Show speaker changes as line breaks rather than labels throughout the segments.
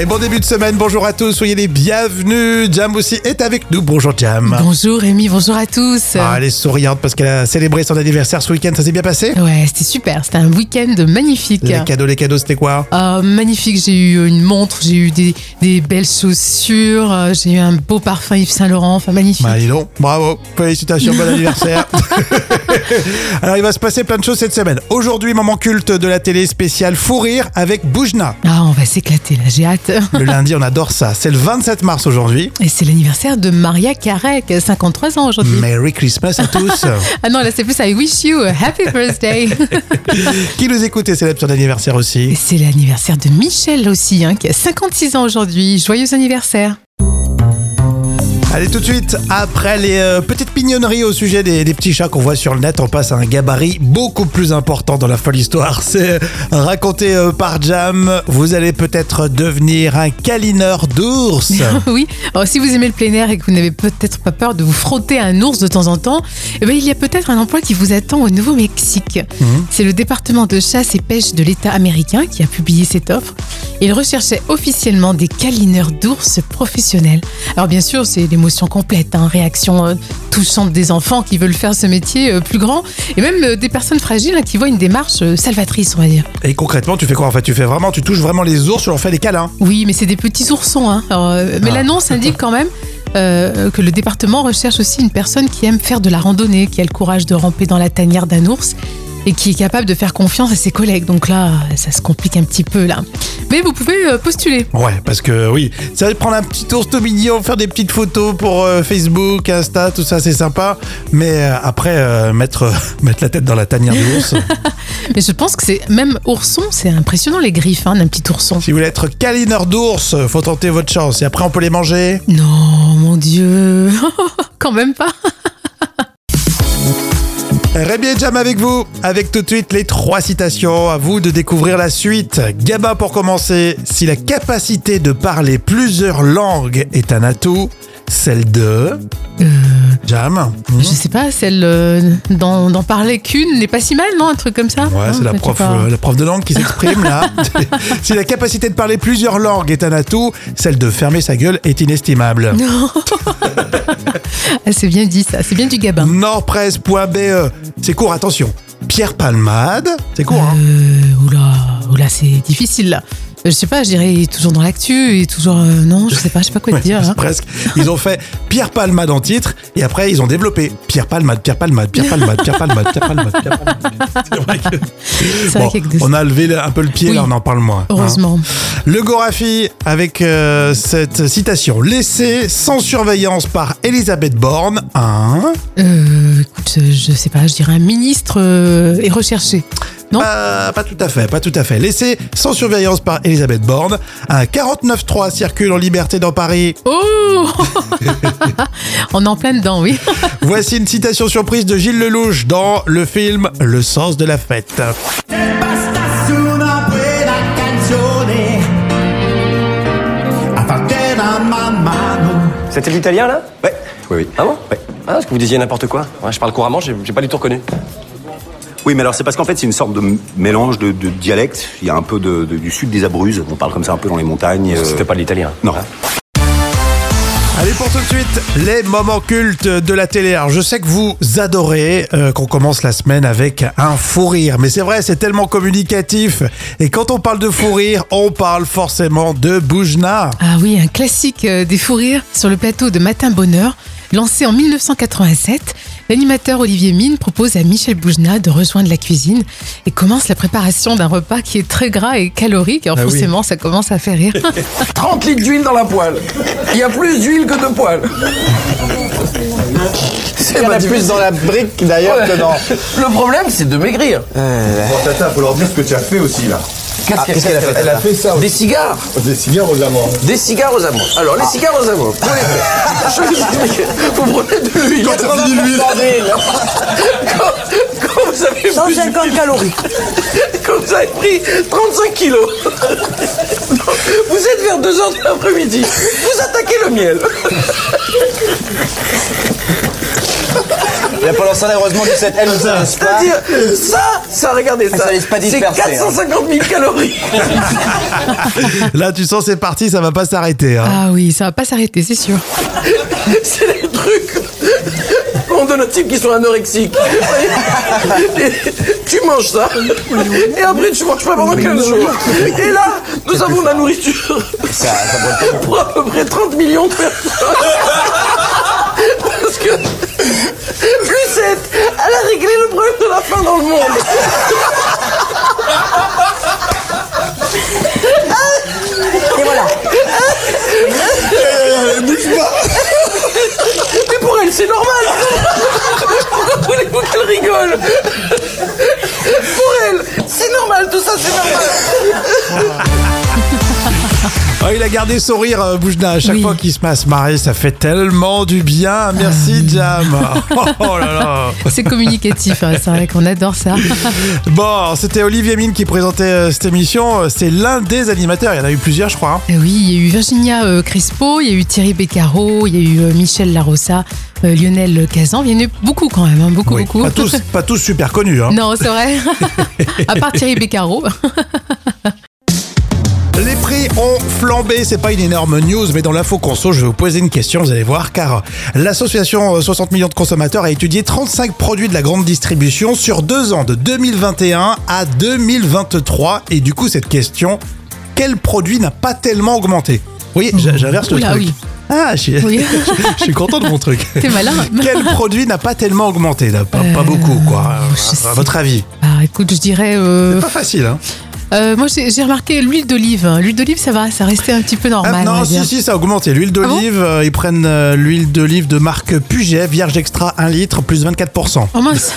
Et bon début de semaine, bonjour à tous, soyez les bienvenus. Jam aussi est avec nous, bonjour Jam.
Bonjour Rémi, bonjour à tous.
Bah. Ah, elle est souriante parce qu'elle a célébré son anniversaire ce week-end, ça s'est bien passé
Ouais, c'était super, c'était un week-end magnifique.
Les cadeaux, les cadeaux, c'était quoi
Euh, magnifique, j'ai eu une montre, j'ai eu des, des belles chaussures, euh, j'ai eu un beau parfum Yves Saint Laurent, enfin magnifique.
Bah dis donc, bravo, félicitations, bon anniversaire. Alors il va se passer plein de choses cette semaine. Aujourd'hui, moment culte de la télé spéciale Fou Rire avec Boujna.
Ah, on va s'éclater là, j'ai hâte.
Le lundi, on adore ça. C'est le 27 mars aujourd'hui.
Et c'est l'anniversaire de Maria Carey, qui a 53 ans aujourd'hui.
Merry Christmas à tous.
Ah non, là c'est plus I wish you a happy birthday.
Qui nous écoute et célèbre son anniversaire
Et
aussi
c'est l'anniversaire de Michel aussi, hein, qui a 56 ans aujourd'hui. Joyeux anniversaire.
Allez tout de suite, après les euh, petites pignonneries au sujet des, des petits chats qu'on voit sur le net, on passe à un gabarit beaucoup plus important dans la folle histoire. C'est euh, raconté euh, par Jam, vous allez peut-être devenir un câlineur d'ours.
Oui, alors si vous aimez le plein air et que vous n'avez peut-être pas peur de vous frotter à un ours de temps en temps, eh ben, il y a peut-être un emploi qui vous attend au Nouveau-Mexique.
Mhm.
C'est le département de chasse et pêche de l'État américain qui a publié cette offre. Il recherchait officiellement des câlineurs d'ours professionnels. Alors bien sûr, c'est l'émotion complète, hein, réaction euh, touchante des enfants qui veulent faire ce métier euh, plus grand, et même euh, des personnes fragiles hein, qui voient une démarche euh, salvatrice, on va dire.
Et concrètement, tu fais quoi en fait Tu fais vraiment, tu touches vraiment les ours, tu leur fais des câlins.
Oui, mais c'est des petits oursons. Hein. Alors, euh, mais
Ah.
l'annonce indique quand même euh, que le département recherche aussi une personne qui aime faire de la randonnée, qui a le courage de ramper dans la tanière d'un ours et qui est capable de faire confiance à ses collègues. Donc là, ça se complique un petit peu là. Mais vous pouvez euh, postuler.
Ouais, parce que oui, ça va prendre un petit ours tout mignon, faire des petites photos pour euh, Facebook, Insta, tout ça, c'est sympa. Mais euh, après, euh, mettre, euh, mettre la tête dans la tanière de l'ours.
Mais je pense que c'est même ourson, c'est impressionnant les griffes hein, d'un petit ourson.
si vous voulez être câlineur d'ours, faut tenter votre chance. Et après, on peut les manger.
Non, mon Dieu, quand même pas.
Rémi et Jam avec vous, avec tout de suite les trois citations. À vous de découvrir la suite. Gaba pour commencer. Si la capacité de parler plusieurs langues est un atout, celle de. Jam. hmm
Euh, Je sais pas, celle euh, d'en d'en parler qu'une n'est pas si mal, non Un truc comme ça
Ouais,
Hein,
c'est la
je sais
prof,
pas.
euh, la prof de langue qui s'exprime là. si la capacité de parler plusieurs langues est un atout, celle de fermer sa gueule est inestimable.
Non. Ah, c'est bien dit ça, c'est bien du gabin.
Mmh. Nordpresse.be, E. c'est court, attention. Pierre Palmade, c'est court, hein.
Euh, oula, oula, c'est difficile là. Euh, Je sais pas, j'irai toujours dans l'actu et toujours euh, non, je sais pas, je sais pas quoi te
Ouais,
dire.
c'est
hein.
Presque. Ils ont fait Pierre Palmade en titre et après ils ont développé Pierre Palmade, Pierre Palmade, Pierre Palmade, Pierre Palmade, Pierre Palmade. Pierre Palmade. C'est vrai que-
C'est
Bon,
vrai qu'il y a que des-
on a levé un peu le pied
Oui.
là, on en parle moins. hein.
Heureusement.
Le Gorafi avec euh, cette citation laissée sans surveillance par Elisabeth Borne. Hein
Euh, écoute, euh, je sais pas, je dirais un ministre euh, est recherché. Non.
euh, Pas- pas tout à fait, pas tout à fait. Laissée sans surveillance par Elisabeth Borne. Un 49.3 circule en liberté dans Paris.
Oh On est en plein dedans, oui.
Voici une citation surprise de Gilles Lelouch dans le film Le sens de la fête.
Basta una buona canzone a parte da mamma
C'était l'italien là
Ouais, oui, oui.
Ah bon Ouais. Ah, parce que vous disiez n'importe quoi. Ouais, je parle couramment, j'ai j'ai pas du tout reconnu.
Oui, mais alors c'est parce qu'en fait c'est une sorte de m- mélange de, de dialectes. Il y a un peu de, de- du sud des Abruzes. On parle comme ça un peu dans les montagnes. euh,
C'était pas de l'italien. Ah.
Non.
Allez pour tout de suite, les moments cultes de la télé. Alors je sais que vous adorez euh, qu'on commence la semaine avec un fou rire, mais c'est vrai, c'est tellement communicatif. Et quand on parle de fou rire, on parle forcément de Boujna.
Ah oui, un classique euh, des fous rires sur le plateau de Matin Bonheur. Lancé en 1987, l'animateur Olivier Mine propose à Michel Boujna de rejoindre la cuisine et commence la préparation d'un repas qui est très gras et calorique. Alors
Ah oui.
forcément, ça commence à faire rire.
30 litres d'huile dans la poêle. Il y a plus d'huile que de poêle. Il y en a plus dans la brique d'ailleurs que dans. Le problème, c'est de maigrir.
Bon, Oh, Tata, faut leur dire ce que tu as fait aussi là.
Ah, Qu'est-ce qu'elle- qu'est-ce qu'elle a fait
Elle a fait ça
Des
aussi.
cigares.
Des cigares aux amants.
Des cigares aux amours. Alors, les cigares aux amours. Vous les faites. Je- Vous prenez de l'huile.
Quand t'as fini l'huile.
Quand, quand vous avez pris
150 calories.
Quand vous avez pris 35 kilos, vous êtes vers 2h de l'après-midi, vous attaquez le miel.
La Pôle ensemble, heureusement, 17 elle ne se laisse pas.
C'est-à-dire, ça, ça, regardez ça.
ça laisse pas
c'est
disperser, hein.
450 000 calories.
Là, tu sens, c'est parti, ça va pas s'arrêter. hein.
Ah oui, ça va pas s'arrêter, c'est sûr.
C'est les trucs qu'on donne aux types qui sont anorexiques. Et tu manges ça, et après tu manges pas pendant 15 jours. Et là, nous avons la nourriture pour à peu près 30 millions de personnes. Parce que Lucette, elle a réglé le problème de la faim dans le monde. Mais pour elle, c'est normal. Pourquoi voulez-vous qu'elle rigole Pour elle, c'est normal, tout ça, c'est normal.
Oh, il a gardé son rire, euh, Boujna. À chaque
Oui. Ah
fois qu'il se passe marrer, ça fait tellement du bien. Merci, Jam. Oh, oh là là.
C'est communicatif, hein, c'est vrai qu'on adore ça.
Bon, c'était Olivier Mine qui présentait euh, cette émission. C'est l'un des animateurs. Il y en a eu plusieurs, je crois. hein.
Euh, Oui, il y a eu Virginia euh, Crispo, il y a eu Thierry Beccaro, il y a eu euh, Michel Larossa, euh, Lionel Kazan. Il y en a eu beaucoup quand même, hein, beaucoup,
Oui.
beaucoup.
Pas tous, pas tous super connus. hein.
Non, c'est vrai. à part Thierry Beccaro.
Les prix ont flambé, c'est pas une énorme news, mais dans l'info conso, je vais vous poser une question, vous allez voir, car l'association euh, 60 millions de consommateurs a étudié 35 produits de la grande distribution sur deux ans, de 2021 à 2023, et du coup, cette question, quel produit n'a pas tellement augmenté Oui, j'a- j'inverse le
Oula,
truc.
oui.
Ah, je suis,
Oui.
je suis content de mon truc.
T'es malin.
Quel produit n'a pas tellement augmenté là pas, pas
Euh,
beaucoup, quoi.
je
À, à
sais
votre avis
Ah, écoute, je dirais. euh,
Pas facile, hein
euh, moi, j'ai j'ai remarqué l'huile d'olive. hein. L'huile d'olive, ça va, ça restait un petit peu
Ah,
normal. on
non,
va
si,
dire.
si, ça a augmenté. L'huile d'olive, euh, ils prennent euh, l'huile d'olive de marque Puget, vierge extra 1 litre, plus 24%.
Oh mince,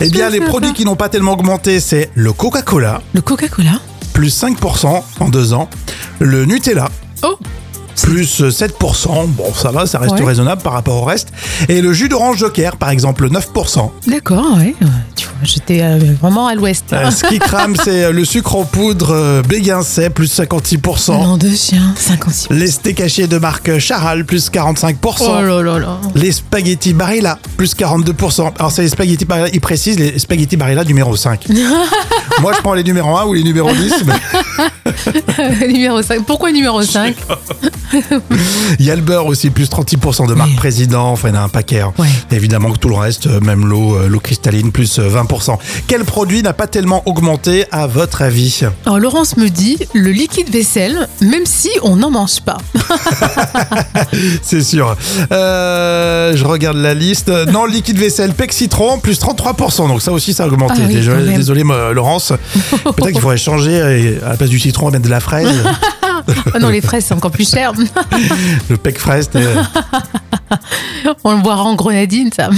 Eh bien, les
sais
produits
pas.
qui n'ont pas tellement augmenté, c'est le Coca-Cola,
le Coca-Cola.
plus 5% en deux ans, le Nutella,
Oh,
plus 7%, bon ça va, ça reste
Ouais.
raisonnable par rapport au reste, et le jus d'orange Joker, par exemple, 9%.
d'accord, ouais. ouais, Tu vois, j'étais euh, vraiment à l'ouest.
Euh, ce qui crame, c'est euh, le sucre en poudre euh, Béguincet, plus 56%.
Nom de chien, 56.
Les steaks hachés de marque Charal, plus 45%.
Oh là là là.
Les spaghettis Barilla, plus 42%. Alors, c'est les spaghettis Barilla, ils précisent les spaghettis Barilla numéro 5. Moi, je prends les numéros 1 ou les numéros 10. mais
numéro 5. Pourquoi numéro 5
Il y a le beurre aussi, plus 36% de marque
Oui.
président. Enfin, il y en a un paquet. hein.
Ouais.
Évidemment que tout le reste, euh, même l'eau, euh, l'eau cristalline, plus euh, 20%. Quel produit n'a pas tellement augmenté, à votre avis
Alors Laurence me dit le liquide vaisselle, même si on n'en mange pas.
C'est sûr. Euh, je regarde la liste. Non, liquide vaisselle, Pec Citron, plus 33%. Donc ça aussi, ça a augmenté.
Ah oui,
Désolé-
quand même.
Désolé, moi, Laurence. Peut-être qu'il faudrait changer et, à la place du citron, mettre de la fraise.
Ah non, les fraises, c'est encore plus cher.
le Pec Fraise. euh,
on le boira en grenadine, ça.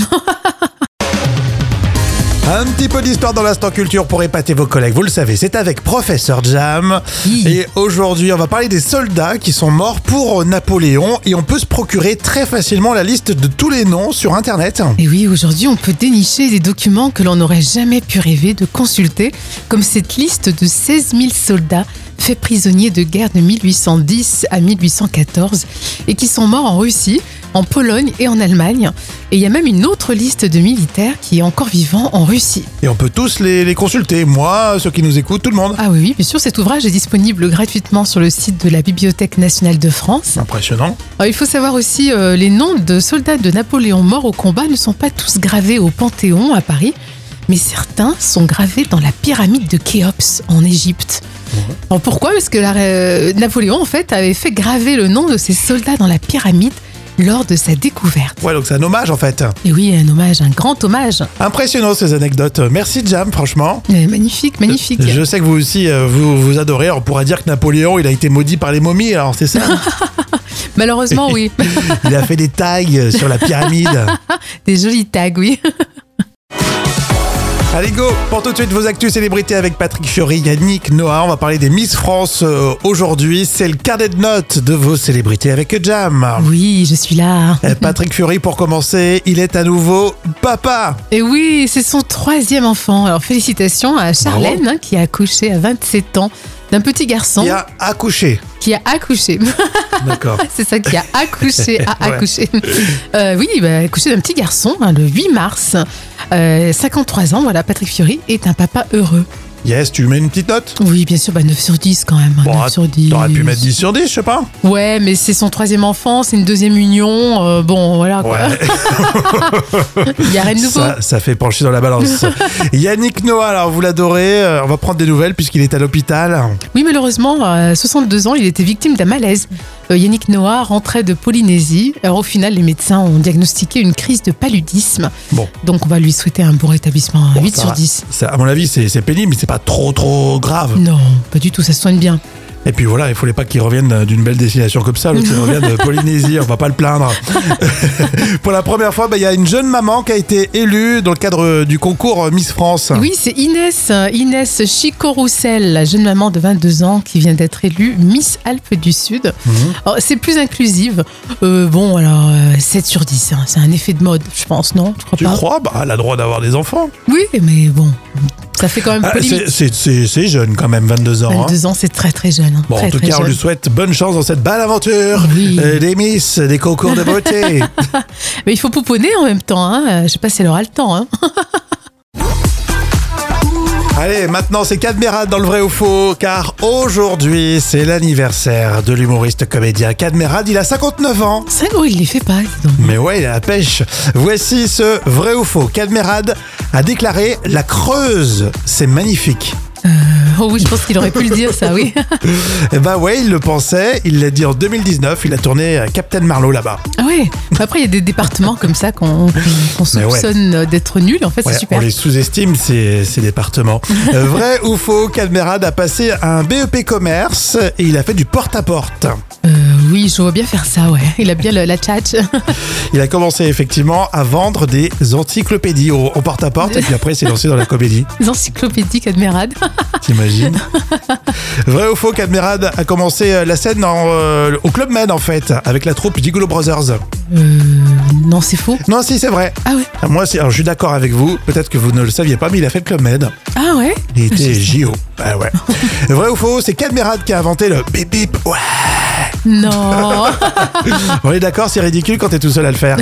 Un petit peu d'histoire dans l'instant culture pour épater vos collègues. Vous le savez, c'est avec Professeur Jam.
Oui.
Et aujourd'hui, on va parler des soldats qui sont morts pour Napoléon. Et on peut se procurer très facilement la liste de tous les noms sur Internet.
Et oui, aujourd'hui, on peut dénicher des documents que l'on n'aurait jamais pu rêver de consulter, comme cette liste de 16 000 soldats faits prisonniers de guerre de 1810 à 1814 et qui sont morts en Russie, en Pologne et en Allemagne. Et il y a même une autre liste de militaires qui est encore vivant en Russie.
Et on peut tous les, les consulter. Moi, ceux qui nous écoutent, tout le monde.
Ah oui, oui, bien sûr, cet ouvrage est disponible gratuitement sur le site de la Bibliothèque nationale de France.
Impressionnant.
Alors, Ah, il faut savoir aussi, euh, les noms de soldats de Napoléon morts au combat ne sont pas tous gravés au Panthéon à Paris, mais certains sont gravés dans la pyramide de Khéops en Égypte. Alors, pourquoi Parce que la- euh, Napoléon, en fait, avait fait graver le nom de ses soldats dans la pyramide lors de sa découverte.
Ouais, donc c'est un hommage en fait.
Et oui, un hommage, un grand hommage.
Impressionnant ces anecdotes. Merci Jam, franchement.
Euh, magnifique, magnifique.
Je sais que vous aussi, euh, vous, vous adorez. On pourra dire que Napoléon, il a été maudit par les momies, alors c'est ça hein.
Malheureusement, oui.
Il a fait des tags sur la pyramide.
Des jolis tags, oui.
Allez go Pour tout de suite vos actus célébrités avec Patrick Fiori, Yannick, Noah, on va parler des Miss France euh, aujourd'hui. C'est le carnet de notes de vos célébrités avec Jam.
Oui, je suis là.
Euh, Patrick Fiori, pour commencer, il est à nouveau papa.
Et oui, c'est son troisième enfant. Alors félicitations à Charlène hein, qui a accouché à 27 ans d'un petit garçon
Il a accouché.
qui a accouché.
D'accord.
C'est ça qui a accouché, a
Ouais.
accouché. Euh, oui, bah, accouché d'un petit garçon hein, le 8 mars. Euh, 53 ans, voilà, Patrick Fiori est un papa heureux.
Yes, tu mets une petite note
Oui, bien sûr, bah, 9 sur 10 quand même. hein, 9 sur 10.
t'aurais pu mettre 10 sur 10, je sais pas.
Ouais, mais c'est son troisième enfant, c'est une deuxième union. euh, bon, voilà quoi. Il y a rien de nouveau.
Ça, ça fait pencher dans la balance. Yannick Noah, alors vous l'adorez, euh, on va prendre des nouvelles puisqu'il est à l'hôpital.
Oui, malheureusement, à 62 ans, il était victime d'un malaise. Euh, Yannick Noah rentrait de Polynésie. Alors, au final, les médecins ont diagnostiqué une crise de paludisme.
Bon.
Donc, on va lui souhaiter un bon rétablissement. à
Bon,
8
ça
sur
va.
10.
Ça, à mon avis, c'est c'est pénible, mais c'est pas trop trop grave.
Non, pas du tout, ça se soigne bien.
Et puis voilà, il fallait pas qu'il revienne d'une belle destination comme ça, l'autre il revient de Polynésie, on va pas le plaindre. Pour la première fois, bah, il y a une jeune maman qui a été élue dans le cadre euh, du concours Miss France.
Oui, c'est Inès, euh, Inès Chico-Roussel, la jeune maman de 22 ans qui vient d'être élue Miss Alpes du Sud.
Mhm.
Alors, C'est plus inclusive. Euh, bon, alors, euh, 7 sur 10, hein, c'est un effet de mode, je pense, non Je crois
Tu
pas.
crois Bah, elle a droit d'avoir des enfants.
Oui, mais bon, ça fait quand même
Ah,
polémique.
c'est- c'est c'est- c'est jeune quand même, 22 ans. hein.
22 ans, c'est très très jeune. hein,
Bon,
très,
en tout
très
cas, on
jeune.
lui souhaite bonne chance dans cette belle aventure
Oui.
Euh, des Miss, des concours de beauté.
Mais il faut pouponner en même temps. Hein. euh, Je sais pas si elle aura le temps. Hein.
Allez, maintenant c'est Cadmerat dans le vrai ou faux, car aujourd'hui c'est l'anniversaire de l'humoriste comédien Cadmerat. Il a 59 ans.
Ça, oh, il les fait pas. dis donc.
Mais ouais, il a la pêche. Voici ce vrai ou faux. Cadmerad a déclaré La Creuse, c'est magnifique.
Oh oui, je pense qu'il aurait pu le dire, ça, oui.
Et bah ouais, il le pensait. Il l'a dit en 2019. Il a tourné euh, Captain Marlowe là-bas.
Ah ouais. Après, il y a des départements comme ça qu'on qu'on
Mais ouais.
soupçonne euh, d'être nuls. En fait,
Ouais,
c'est
on
super.
les sous-estime, ces, ces départements. Euh, vrai ou faux, Cadmerad a passé un BEP commerce et il a fait du porte-à-porte.
Euh, oui, je vois bien faire ça, ouais. Il a bien le- la tchatche.
Il a commencé effectivement à vendre des encyclopédies au, au porte-à-porte et puis après il s'est lancé dans la comédie.
Encyclopédique admirade.
T'imagines Vrai ou faux, Cadmerad a commencé euh, la scène en, euh, au Club Med en fait, avec la troupe Gigolo Brothers.
Non, c'est faux.
Non, si, c'est vrai.
Ah ouais.
Moi, c'est- alors, je suis d'accord avec vous, peut-être que vous ne le saviez pas, mais il a fait le Club Med.
Ah ouais.
Il était JO. Ah ouais. vrai ou faux, c'est Cadmerad qui a inventé le bip bip. Ouais.
Non.
On est d'accord, c'est ridicule quand t'es tout seul à le faire.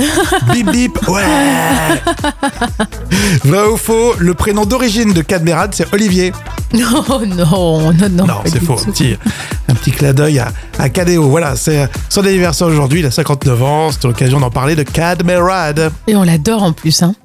bip bip. Ouais. vrai ou faux, le prénom d'origine de Cadmerad, c'est Olivier.
Non, non, non, non.
Non,
pas
c'est
du
faux.
tout.
Petit- un petit clin d'œil à, à Cadéo. Voilà, c'est son anniversaire aujourd'hui. Il a 59 ans. C'était l'occasion d'en parler de Cadmerad.
Et on l'adore en plus, hein.